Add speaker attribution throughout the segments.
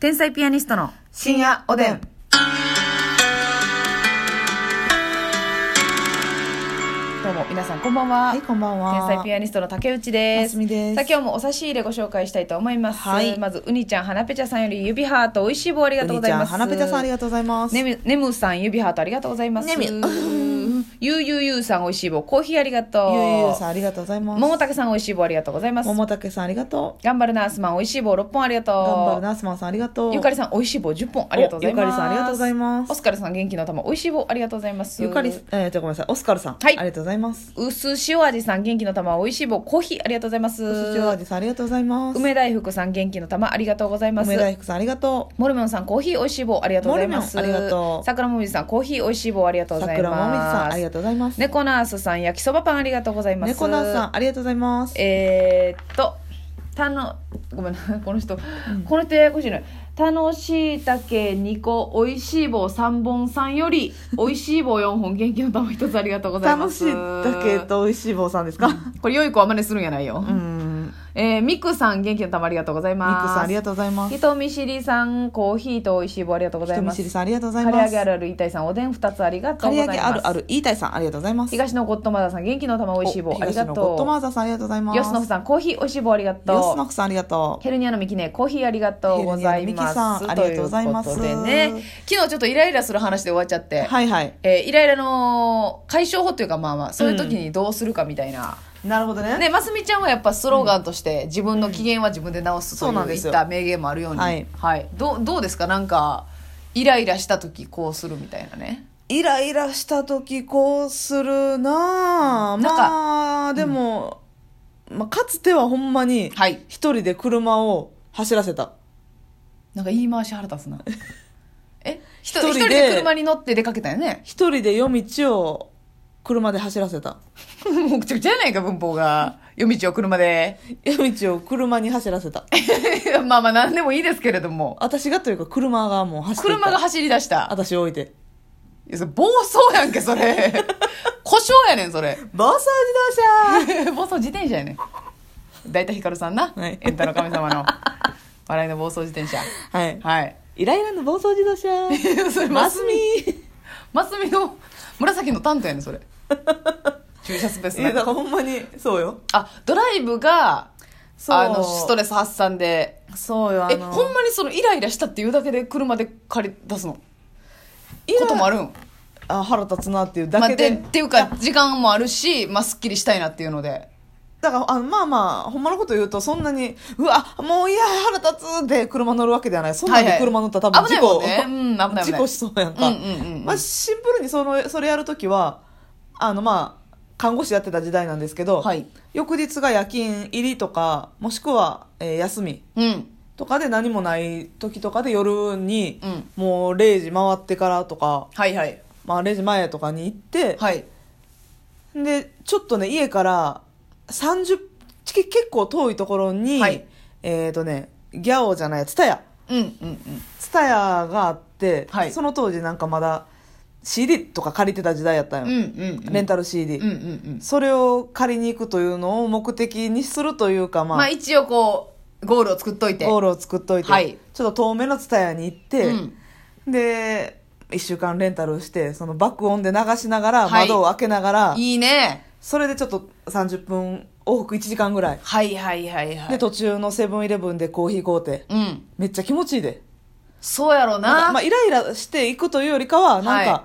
Speaker 1: 天才ピアニストの
Speaker 2: 深夜おでん。どうも皆さんこんばんは。
Speaker 1: はいこんばんは
Speaker 2: 天才ピアニストの竹内で
Speaker 1: ます
Speaker 2: す。
Speaker 1: みです
Speaker 2: さあ今日もお差し入れご紹介したいと思います。
Speaker 1: はい
Speaker 2: まずうにちゃん、はなぺちゃさんより指ハート、おいしい棒ありがとうございます。
Speaker 1: うにちゃんはなぺちゃさんありがとうございます
Speaker 2: ねむねむさん、指ハートありがとうございます。
Speaker 1: ねむ
Speaker 2: ゆうゆうゆうさん、おいしい棒、コーヒーありがとう。
Speaker 1: ゆうゆうさんありがとうございます
Speaker 2: ももたけさん、おいしい棒ありがとうございます。
Speaker 1: 桃竹さんありがと
Speaker 2: 頑張るナースマン、おいしい棒6本ありがと
Speaker 1: う
Speaker 2: う。
Speaker 1: 頑張るナースマンさんありがとう
Speaker 2: ゆかりさん、おいしい棒10本ありがとうございます。
Speaker 1: おゆかりさんありがとうございます
Speaker 2: オスカルさん、元気の玉、おいしい棒ありがとうございます。
Speaker 1: ゆかりえー、とごめんなさいオスカルさん、
Speaker 2: はい
Speaker 1: ありがとうございます
Speaker 2: うす塩味さん、元気の玉、おいしい棒、コーヒーありがとうございます。
Speaker 1: お塩味さんありがとうございます
Speaker 2: 梅大福さん、元気の玉、ありがとうございます。
Speaker 1: 梅大福さんありがとう
Speaker 2: モルモンさん、コーヒーおいしい棒、ありがとうございます。
Speaker 1: モルモンありがとう
Speaker 2: 桜もみじさん、コーヒーおいしい棒、ありがとうございます。
Speaker 1: 桜もみじさんありがとうございます
Speaker 2: 猫ナースさん、焼きそばパン、ありがとうございます。
Speaker 1: 猫ナーさんありがとうございます
Speaker 2: えーっと、たの、ごめんな、 この人、この人ややこしいのよ。楽しいたけ2個、おいしい棒3本さんよ り、おいしい棒4本、元気の玉1つありがとうございま
Speaker 1: 楽し
Speaker 2: す。
Speaker 1: いだけ。と美味しい棒さんですか
Speaker 2: これ、良い子は真似するんやないよ。
Speaker 1: うんミ
Speaker 2: えー、みくさん、元気の玉ありがとうござい
Speaker 1: ク
Speaker 2: ます。
Speaker 1: さんありが
Speaker 2: と
Speaker 1: とうございます
Speaker 2: 人見知りさん、コーヒーとおいしい棒ありがとうござい
Speaker 1: 人見
Speaker 2: ます。
Speaker 1: 知りさんありがとうござい
Speaker 2: 刈り
Speaker 1: ま
Speaker 2: 上
Speaker 1: す
Speaker 2: げあるある、たいさん、おでん2つありがと
Speaker 1: 刈
Speaker 2: うご
Speaker 1: り
Speaker 2: ざ
Speaker 1: 上
Speaker 2: いま
Speaker 1: げ
Speaker 2: す。
Speaker 1: あるある、言いたいさん、ありがとうございます。
Speaker 2: 東のゴッドマザーさん、元気の玉おいしい棒ありが
Speaker 1: 東野ゴッドマ
Speaker 2: と
Speaker 1: ーザーさん、ありがとうございま
Speaker 2: う。
Speaker 1: す。
Speaker 2: 吉野夫さん、コーヒーおいしい棒ありがとう。
Speaker 1: 吉野夫さん、ありがとう。
Speaker 2: ヘルニアのミキね、コーヒーありがとうございます。
Speaker 1: ヘルニアのミキさんありがとうございます
Speaker 2: ということでね、昨日ちょっとイライラする話で終わっちゃって、
Speaker 1: はいはい。
Speaker 2: えーイライラの解消法というか、まあまあ、そういう時にどうするかみたいな。
Speaker 1: なるほどね。
Speaker 2: ね、ますみちゃんはやっぱスローガンとして、自分の機嫌は自分で直すと
Speaker 1: そうなん
Speaker 2: い
Speaker 1: で
Speaker 2: う
Speaker 1: す
Speaker 2: 言
Speaker 1: よ
Speaker 2: った名言もあるように。
Speaker 1: はい
Speaker 2: どうどうですかなんか、イライラした時こうするみたいなね。
Speaker 1: イライラした時こうする
Speaker 2: な
Speaker 1: なぁ。
Speaker 2: んか
Speaker 1: まあ、でも、まあ、かつてはほんまに、
Speaker 2: はい
Speaker 1: 一人で車を走らせた。
Speaker 2: なんか言い回し腹立つ な。え一人
Speaker 1: 一
Speaker 2: 一
Speaker 1: 人
Speaker 2: 人
Speaker 1: で
Speaker 2: で車に乗って出かけたよね。
Speaker 1: 一人で夜道を車で走らせた。
Speaker 2: もうくちゃくちゃやないか、文法が。夜道を車で。
Speaker 1: 夜道を車に走らせた。
Speaker 2: いや まあまあ何でもいいですけれども
Speaker 1: 私がというか、車がもう走ってた
Speaker 2: 車が走り出した
Speaker 1: 私を置いて。
Speaker 2: いやそれ暴走やんけそ れ故障やねんそれ
Speaker 1: 暴走 自動車
Speaker 2: 暴走自転車やねん大体ひかるさんな、
Speaker 1: はい
Speaker 2: エンタの神様の笑いの暴走自転車
Speaker 1: はい。
Speaker 2: はい
Speaker 1: イライラの暴走自動車
Speaker 2: それ
Speaker 1: マ
Speaker 2: マ
Speaker 1: ス
Speaker 2: ス
Speaker 1: ミ
Speaker 2: ミマスミの紫の担当やねんそれ駐車スペース
Speaker 1: いやだ
Speaker 2: な
Speaker 1: からほんまにそうよ
Speaker 2: あドライブが
Speaker 1: そう
Speaker 2: あのストレス発散で
Speaker 1: そうよ
Speaker 2: えほんまにそのイライラしたっていうだけで車で借り出すの
Speaker 1: イラ
Speaker 2: こともあるん
Speaker 1: あ腹立つなっていうだ
Speaker 2: まあ、
Speaker 1: け
Speaker 2: で
Speaker 1: で,、
Speaker 2: っていうか時間もあるし、まあ、すっきりしたいなっていうので
Speaker 1: だからあのまあまあほんまのこと言うとそんなにうわもういや腹立つで車乗るわけではないそんな
Speaker 2: は
Speaker 1: ん
Speaker 2: い
Speaker 1: で
Speaker 2: はい
Speaker 1: 車乗ったら多分
Speaker 2: 危ないもん
Speaker 1: 事故、
Speaker 2: ねうん危ない危ない
Speaker 1: 事故しそうやんか、
Speaker 2: うんうんうん
Speaker 1: まあ、シンプルにそのそれやるときはあのまあ看護師やってた時代なんですけど、
Speaker 2: はい
Speaker 1: 翌日が夜勤入りとかもしくは、えー休み
Speaker 2: うん
Speaker 1: とかで何もない時とかで夜に、
Speaker 2: うん
Speaker 1: もう0時回ってからとか、
Speaker 2: はいはい
Speaker 1: まあ、0時前とかに行って、
Speaker 2: はい
Speaker 1: でちょっとね家から30ちけ結構遠いところに、
Speaker 2: はい
Speaker 1: えっ、とねギャオじゃないツタヤ
Speaker 2: うんうんうん
Speaker 1: ツタヤがあって、
Speaker 2: はい
Speaker 1: その当時なんかまだ CD とか借りてた時代やったよ、
Speaker 2: うんうんうん
Speaker 1: レンタル CD、
Speaker 2: うんうんうん
Speaker 1: それを借りに行くというのを目的にするというかまあ、
Speaker 2: まあ一応こうゴールを作っといて
Speaker 1: ゴールを作っといて、
Speaker 2: はい
Speaker 1: ちょっと遠めのツタヤに行って、
Speaker 2: うん
Speaker 1: で1週間レンタルしてその爆音で流しながら
Speaker 2: はい
Speaker 1: 窓を開けながら、
Speaker 2: いいね
Speaker 1: それでちょっと30分往復1時間ぐらい
Speaker 2: はいはいはいは
Speaker 1: で
Speaker 2: い
Speaker 1: 途中のセブンイレブンでコーヒー買うて
Speaker 2: うん
Speaker 1: めっちゃ気持ちいいで
Speaker 2: そうやろ
Speaker 1: なんか
Speaker 2: な
Speaker 1: まあ、イライラしていくというよりかはなんか、
Speaker 2: は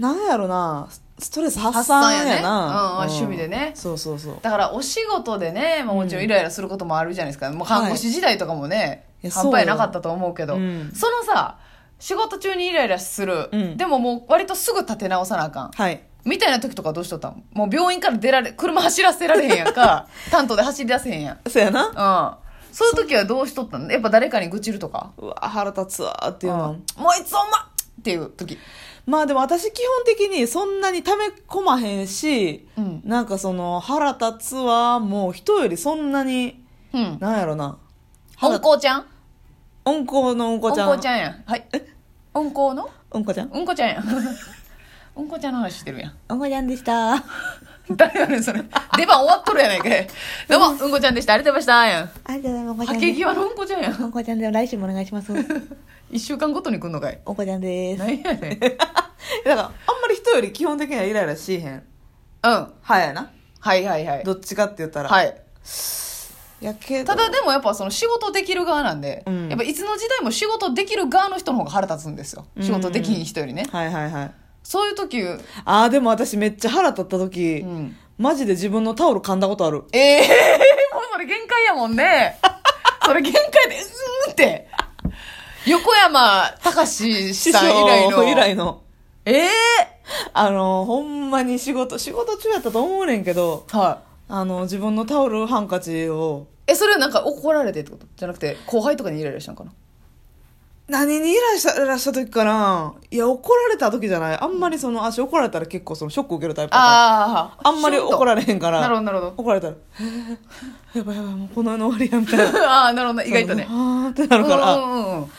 Speaker 1: なんやろなストレス発
Speaker 2: 発散
Speaker 1: 散
Speaker 2: やね
Speaker 1: やな
Speaker 2: うんうん趣味でね
Speaker 1: そうそうそう
Speaker 2: だからお仕事でね、まあ、もちろんイライラすることもあるじゃないですか、もう看護師時代とかもね、
Speaker 1: いや
Speaker 2: 半端やなかったと思うけど、
Speaker 1: そうようん
Speaker 2: そのさ仕事中にイライラする、
Speaker 1: うん
Speaker 2: でももう割とすぐ立て直さなあかん
Speaker 1: はい
Speaker 2: みたいな時とかどうしとったんもう病院から出られ、車走らせられへんやん か。担当で走り出せへんやん。う。
Speaker 1: そうやなん
Speaker 2: そういう時はどうしとったんやっぱ誰かに愚痴るとか。
Speaker 1: うわ腹立つわーっていうの、
Speaker 2: うんもういつお前っていう時。
Speaker 1: まあでも私基本的にそんなに溜め込まへんし、
Speaker 2: うん
Speaker 1: なんかその腹立つわーもう人よりそんなに
Speaker 2: うん。
Speaker 1: なんやろな
Speaker 2: 温厚ちゃん
Speaker 1: 温厚のうんこ
Speaker 2: 温
Speaker 1: ちゃん
Speaker 2: 厚ちゃんやん。はい。温厚の
Speaker 1: うんこちゃん
Speaker 2: うんこちゃんやん。うんこちゃんの話してるやん。
Speaker 1: おんこちゃんでした。
Speaker 2: 誰やねんそれ出番終わっとるやないかいどうもうんこちゃんでしたありがとうございましたやん
Speaker 1: ありがとうございます。
Speaker 2: はけ際のうんこちゃんやん
Speaker 1: おこちゃんで来週もお願いし ます。
Speaker 2: 一週間ごとに来んのかい
Speaker 1: おこちゃんです。だか
Speaker 2: 何やねん
Speaker 1: ら、あんまり人より基本的にはイライラしいへん。
Speaker 2: うん
Speaker 1: はやな。
Speaker 2: はいはいはい
Speaker 1: どっちかって言ったら。
Speaker 2: はい
Speaker 1: やけど。
Speaker 2: ただでもやっぱその仕事できる側なんで、
Speaker 1: うん
Speaker 2: やっぱいつの時代も仕事できる側の人の方が腹立つんですよ仕事できん人よりね、
Speaker 1: はいはいはい。
Speaker 2: そういう時、う
Speaker 1: ああ、でも私めっちゃ腹立った時、
Speaker 2: ん、
Speaker 1: マジで自分のタオル噛んだことある。
Speaker 2: ええー、もうそれ限界やもんねそれ限界でうーんって横山隆
Speaker 1: 師
Speaker 2: 史
Speaker 1: 匠
Speaker 2: さん以来の
Speaker 1: 以来の。
Speaker 2: ええ
Speaker 1: あの、ほんまに仕事、仕事中やったと思うねんけど、
Speaker 2: ー、はい
Speaker 1: あの、自分のタオルハンカチを、
Speaker 2: えそれはなんか怒られてってことじゃなくて後輩とかにイライラしたんかな
Speaker 1: 何にイライラしたイライラした時かないや、怒られた時じゃない。あんまりその、足怒られたら結構そのショック受けるタイプだから。
Speaker 2: あ
Speaker 1: あんまり怒
Speaker 2: れ
Speaker 1: られへんから。
Speaker 2: なるほどなるほど
Speaker 1: 怒られた ら、へえやばいやばい、もうこの世の終わりやみたいな。
Speaker 2: ああなるほど意外とね
Speaker 1: あーってなるから。
Speaker 2: うんうんうん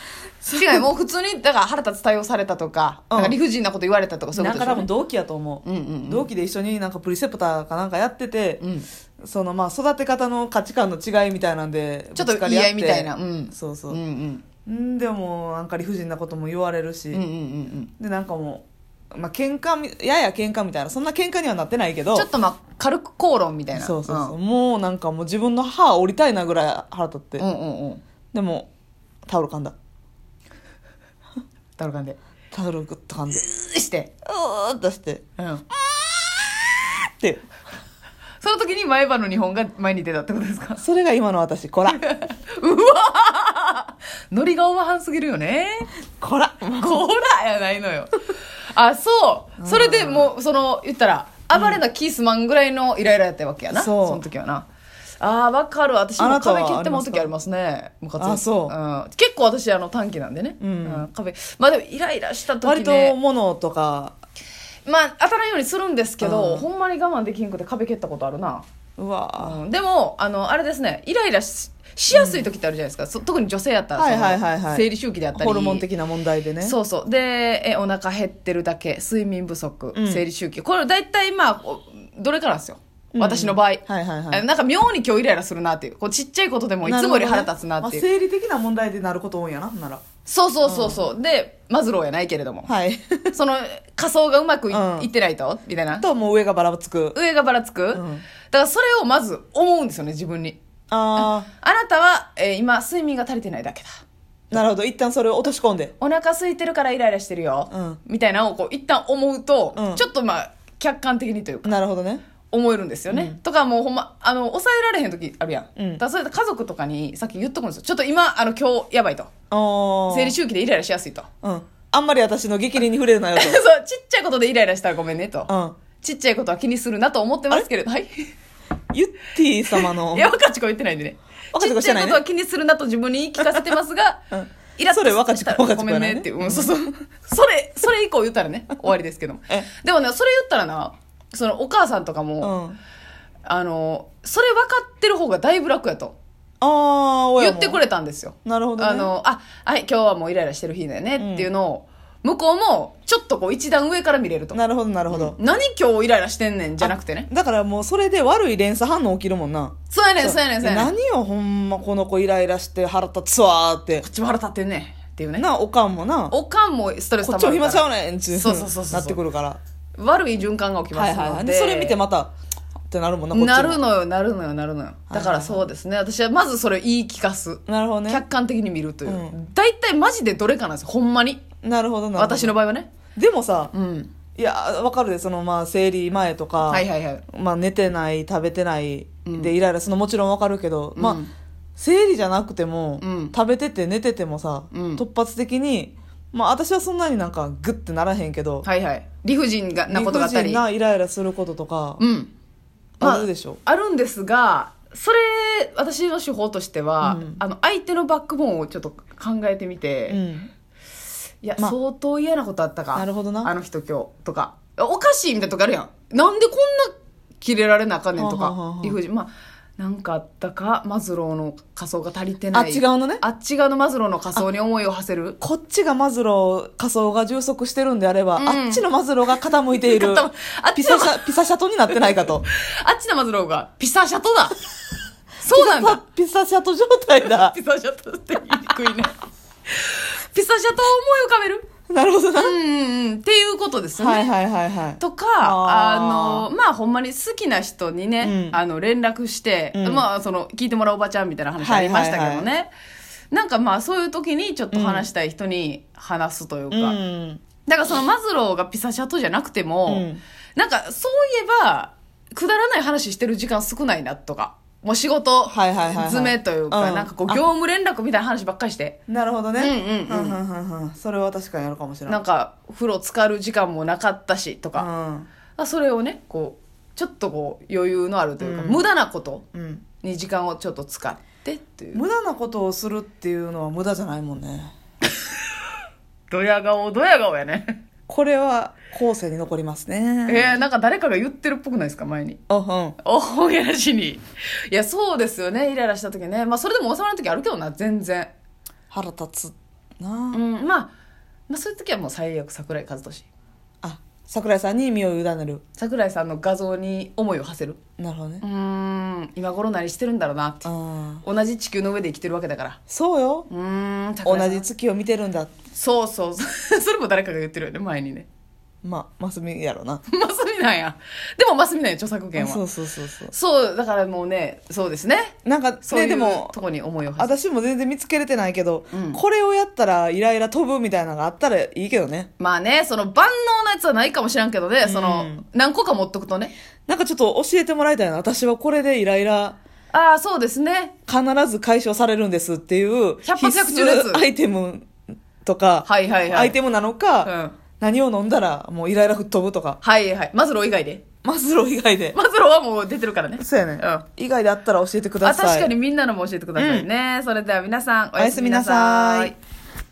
Speaker 2: 違うもう普通にだから腹立つ対応されたとか,、
Speaker 1: うん
Speaker 2: なんか理不尽なこと言われたとかそういう
Speaker 1: な
Speaker 2: こ
Speaker 1: ん
Speaker 2: と
Speaker 1: か
Speaker 2: でし
Speaker 1: 多
Speaker 2: ょ、ね、
Speaker 1: 分同期やと思う、
Speaker 2: うんうんうん
Speaker 1: 同期で一緒になんかプリセプターかなんかやってて、
Speaker 2: うん
Speaker 1: そのまあ育て方の価値観の違いみたいなんで
Speaker 2: ちょっと
Speaker 1: ぶつかり合
Speaker 2: 言い合いみたいなうん
Speaker 1: そうそう
Speaker 2: う、ん
Speaker 1: ん、でもなんか理不尽なことも言われるし、
Speaker 2: うんうんうんうん
Speaker 1: でなんかもうまあ喧嘩みやや喧嘩みたいなそんな喧嘩にはなってないけ
Speaker 2: うん
Speaker 1: ど
Speaker 2: ちょっとまあ軽く口論みたいな
Speaker 1: そうそうそう、もうなんかもう自分の歯折りたいなぐらい腹立って、
Speaker 2: うん、うんうんうん
Speaker 1: でもタオル噛んだ
Speaker 2: ダルカンで
Speaker 1: タオルグッと噛ん
Speaker 2: う
Speaker 1: で
Speaker 2: ーして、
Speaker 1: うーっとして
Speaker 2: うん、
Speaker 1: って
Speaker 2: その時に前歯の2本が前に出たってことですか
Speaker 1: それが今の私 こら
Speaker 2: ノリがオーバーハンすぎるよね
Speaker 1: こら
Speaker 2: こらやないのよあそうそれでもうその言ったら暴れなキースマンぐらいのイライラやったわけやな、
Speaker 1: うんそう
Speaker 2: その時はなあーわかる私
Speaker 1: あ
Speaker 2: も
Speaker 1: なたは
Speaker 2: 壁切ってもらう時ありますねムカつ、
Speaker 1: あそうん
Speaker 2: 結構私あの短期なんでね、
Speaker 1: うん
Speaker 2: 壁まあでもイライラした時
Speaker 1: 割
Speaker 2: ね
Speaker 1: と物とか
Speaker 2: まあ当たらんようにするんですけど、
Speaker 1: うん
Speaker 2: ほんまに我慢できんくて壁蹴ったことあるな、
Speaker 1: うわ
Speaker 2: うんでもあのあれですねイライラししやすい時ってあるじゃないですか、そ特に女性やったらその、
Speaker 1: はいはいはいはい
Speaker 2: 生理周期であったり
Speaker 1: ホルモン的な問題でね
Speaker 2: そうそうでえお腹減ってるだけ睡眠不足、
Speaker 1: うん
Speaker 2: 生理周期これ大体まあおどれからなんですよ、
Speaker 1: うん
Speaker 2: 私の場合、
Speaker 1: はいはいはい
Speaker 2: あなんか妙に今日イライラするなっていうこうちっちゃいことでもいつもより腹立つなっていう、
Speaker 1: まあ、生理的な問題でなること多いんやなほんなら
Speaker 2: そうそうそうそう、でマズローやないけれども、
Speaker 1: はい
Speaker 2: その仮想がうまくい,、
Speaker 1: うん
Speaker 2: ってないとみたいな
Speaker 1: ともう上がばらつく
Speaker 2: 上がばらつく、
Speaker 1: ん
Speaker 2: だからそれをまず思うんですよね自分に
Speaker 1: あ
Speaker 2: あなたは、えー今睡眠が足りてないだけだ
Speaker 1: あなるほど一旦それを落とし込んで
Speaker 2: お腹空いてるからイライラしてるよ、
Speaker 1: うん
Speaker 2: みたいなのをこう一旦思うと、
Speaker 1: うん
Speaker 2: ちょっとまあ客観的にというか
Speaker 1: なるほどね
Speaker 2: 思えるんですよね、とかもうほんまあの抑えられへん時あるやん、
Speaker 1: うん
Speaker 2: だからそれ家族とかにさっき言っとくんですよちょっと今あの今日やばいと
Speaker 1: あ
Speaker 2: 生理周期でイライラしやすいと
Speaker 1: うんあんまり私の激励に触れるなよ
Speaker 2: そうちっちゃいことでイライラしたらごめんねと、
Speaker 1: とうん
Speaker 2: ちっちゃいことは気にするなと思ってますけれどはい い
Speaker 1: ゆってぃ様の
Speaker 2: や若ちこ言ってないんでね
Speaker 1: 若
Speaker 2: ち
Speaker 1: 智子
Speaker 2: っち
Speaker 1: して
Speaker 2: ゃい
Speaker 1: ないね
Speaker 2: ことは気にするなと自分に言い聞かせてますが、
Speaker 1: うん
Speaker 2: イラッと
Speaker 1: それ若智
Speaker 2: し
Speaker 1: 子
Speaker 2: たら
Speaker 1: 若
Speaker 2: ご
Speaker 1: 智子
Speaker 2: め
Speaker 1: や
Speaker 2: ん
Speaker 1: な
Speaker 2: ね
Speaker 1: い
Speaker 2: っ
Speaker 1: ね
Speaker 2: ていう、うん、そうそうそれそれ以降言ったらね終わりですけども
Speaker 1: え
Speaker 2: でもねそれ言ったらなそのお母さんとか
Speaker 1: う
Speaker 2: も、
Speaker 1: んあ
Speaker 2: あのそれ分かってる方がだいぶ楽やと
Speaker 1: あー親
Speaker 2: 言
Speaker 1: も
Speaker 2: ってくれたんですよ
Speaker 1: なるほど、ね、
Speaker 2: あの、あ、はい、今日はもうイライラしてる日だよねっていうのを、向こうも、ちょっとこう一段上から見れると。
Speaker 1: なるほどなるほど、
Speaker 2: 何今日イライラしてんねんじゃなくてね。
Speaker 1: だからもうそれで悪い連鎖反応起きるもんな
Speaker 2: そうやねん、そうやねん、そうやねん。こ
Speaker 1: 何よほんまこの子イライラして腹立つわーって
Speaker 2: っちも腹立ってんねんっていうね。
Speaker 1: なおかんもな
Speaker 2: おかんもストレス
Speaker 1: こ
Speaker 2: 溜
Speaker 1: っちも
Speaker 2: まる
Speaker 1: 暇
Speaker 2: か
Speaker 1: ちゃ
Speaker 2: ら。
Speaker 1: うねんっちゅ
Speaker 2: そうそうそうそう
Speaker 1: なってくるから
Speaker 2: 悪い循環が起きま
Speaker 1: は
Speaker 2: す
Speaker 1: いはいは
Speaker 2: の
Speaker 1: い
Speaker 2: で。
Speaker 1: でそれ見てまたってなるもんなこっちも
Speaker 2: なるのよ、なるのよ、なるのよ。だからそうですね。私はまずそれを言い聞かす。
Speaker 1: なるほどね
Speaker 2: 客観的に見るというう。大体マジでどれかなんですよ、ほんまに。
Speaker 1: なるほどなるほど
Speaker 2: 私の場合はね。
Speaker 1: でもさ
Speaker 2: うん。
Speaker 1: いやわかるでそのまあ生理前とか、
Speaker 2: はいはいはい。
Speaker 1: まあ、寝てない食べてない
Speaker 2: うん
Speaker 1: でイライラするのもちろんわかるけど、まあ
Speaker 2: うん
Speaker 1: 生理じゃなくても、
Speaker 2: うん
Speaker 1: 食べてて寝ててもさ、
Speaker 2: うん
Speaker 1: 突発的にまあ私はそんなになんかグッてならへんけど、
Speaker 2: はいはい。理不尽がなことがあったり。
Speaker 1: 理不尽なイライラすることとか
Speaker 2: うん。
Speaker 1: あるでしょ、
Speaker 2: あるんですが、それ、私の手法としては、
Speaker 1: うん
Speaker 2: あの、相手のバックボーンをちょっと考えてみて、
Speaker 1: うん
Speaker 2: いや、
Speaker 1: まあ
Speaker 2: 相当嫌なことあったか。
Speaker 1: なるほどな
Speaker 2: あの人今日とか。おかしいみたいなとこあるやん。なんでこんなキレられなあかんねんと
Speaker 1: はあはあは
Speaker 2: か
Speaker 1: あ。
Speaker 2: 理不尽。まあ、なんかあったかマズローの仮想が足りて
Speaker 1: あ
Speaker 2: ない
Speaker 1: 違うのね
Speaker 2: あっち側のマズローの仮想に思いを馳せる
Speaker 1: こっちがマズロー仮想が充足してるんであれば、
Speaker 2: うん
Speaker 1: あっちのマズローが傾いてい る
Speaker 2: 傾あっちの
Speaker 1: ピサシャピサシャトになってないかと
Speaker 2: あっちのマズローがピサシャト だそうなんだ
Speaker 1: ピサシャト状態だ
Speaker 2: ピサシャトって言いにくいね ピサシャトを思い浮かべる
Speaker 1: なるほどな、
Speaker 2: うんうんうんっていうことですよね、
Speaker 1: はいはいはいはい
Speaker 2: とかあ
Speaker 1: あー
Speaker 2: のまあほんまに好きな人にね、
Speaker 1: うん
Speaker 2: あの連絡して、
Speaker 1: うん
Speaker 2: まあその聞いてもらうおばちゃんみたいな話ありましたけどね、
Speaker 1: はいは
Speaker 2: なんかまあそういう時にちょっと話したい人に話すというか、
Speaker 1: うん
Speaker 2: だからそのマズローがピサシャトじゃなくても、
Speaker 1: うん
Speaker 2: なんかそういえばくだらない話してる時間少ないなとかもう仕事
Speaker 1: はいはいはいはい
Speaker 2: 詰めというか、
Speaker 1: うん
Speaker 2: なんかこう
Speaker 1: あ
Speaker 2: 業務連絡みたいな話ばっかりして
Speaker 1: なるほどね
Speaker 2: うんうんうん
Speaker 1: はんはんはんはんそれは確かにあるかもしれな
Speaker 2: ないんか風呂浸かる時間もなかったしとか、あそれをねこうちょっとこう余裕のあるというか、
Speaker 1: うん
Speaker 2: 無駄なこと
Speaker 1: うんうん
Speaker 2: に時間をちょっと使ってっていう
Speaker 1: 無駄なことをするっていうのは無駄じゃないもんね
Speaker 2: ドヤ顔ドヤ顔やね
Speaker 1: これは後世に残ります
Speaker 2: え
Speaker 1: ね
Speaker 2: ー、なんか誰かが言ってるっぽくないですか前に
Speaker 1: あうん
Speaker 2: お本やらしにいやそうですよねイライラした時ねまあそれでも収まる時あるけどな全然
Speaker 1: 腹立つな
Speaker 2: う
Speaker 1: あ
Speaker 2: んまあまあそういう時はもう最悪桜井和俊
Speaker 1: あ桜井さんに身を委ねる
Speaker 2: 桜井さんの画像に思いを馳せる
Speaker 1: なるほどね
Speaker 2: うーん今頃何してるんだろうなって
Speaker 1: ああ
Speaker 2: 同じ地球の上で生きてるわけだから
Speaker 1: そうよ
Speaker 2: うーん桜井
Speaker 1: 同
Speaker 2: さん
Speaker 1: じ月を見てるんだ
Speaker 2: そうそう そうそれも誰かが言ってるよね前にね
Speaker 1: まあマスミやろな
Speaker 2: マスミなんや。でもマスミなんや、著作権は。
Speaker 1: そ
Speaker 2: そう
Speaker 1: うそうそうそう
Speaker 2: だからもうね、そうですね。
Speaker 1: なんか
Speaker 2: そうい
Speaker 1: ね
Speaker 2: う
Speaker 1: でも
Speaker 2: とこに思いを馳せ
Speaker 1: 私も全然見つけれてないけど、
Speaker 2: うん
Speaker 1: これをやったらイライラ飛ぶみたいなのがあったらいいけどね
Speaker 2: まあね、その万能なやつはないかもしらんけどね、その、
Speaker 1: うん
Speaker 2: 何個か持っとくとね。
Speaker 1: なんかちょっと教えてもらいたいな私はこれでイライラ
Speaker 2: ああ、そうですね。
Speaker 1: 必ず解消されるんですっていう
Speaker 2: 百発百中のやつ
Speaker 1: 必須アイテムとか、
Speaker 2: はいはいはい。
Speaker 1: アイテムなのか、
Speaker 2: うん。
Speaker 1: 何を飲んだらもうイライラ吹っ飛ぶとか
Speaker 2: はいはい。マズロー以外で。
Speaker 1: マズロー以外で、
Speaker 2: マズローはもう出てるからね。
Speaker 1: そうやね、
Speaker 2: うん
Speaker 1: 以外であったら教えてくだ
Speaker 2: あ
Speaker 1: さい
Speaker 2: 確かにみんなのも教えてくださいね。それでは皆さん、お
Speaker 1: おや
Speaker 2: や
Speaker 1: す
Speaker 2: す
Speaker 1: み
Speaker 2: み
Speaker 1: な
Speaker 2: な
Speaker 1: さ
Speaker 2: さ
Speaker 1: い
Speaker 2: い。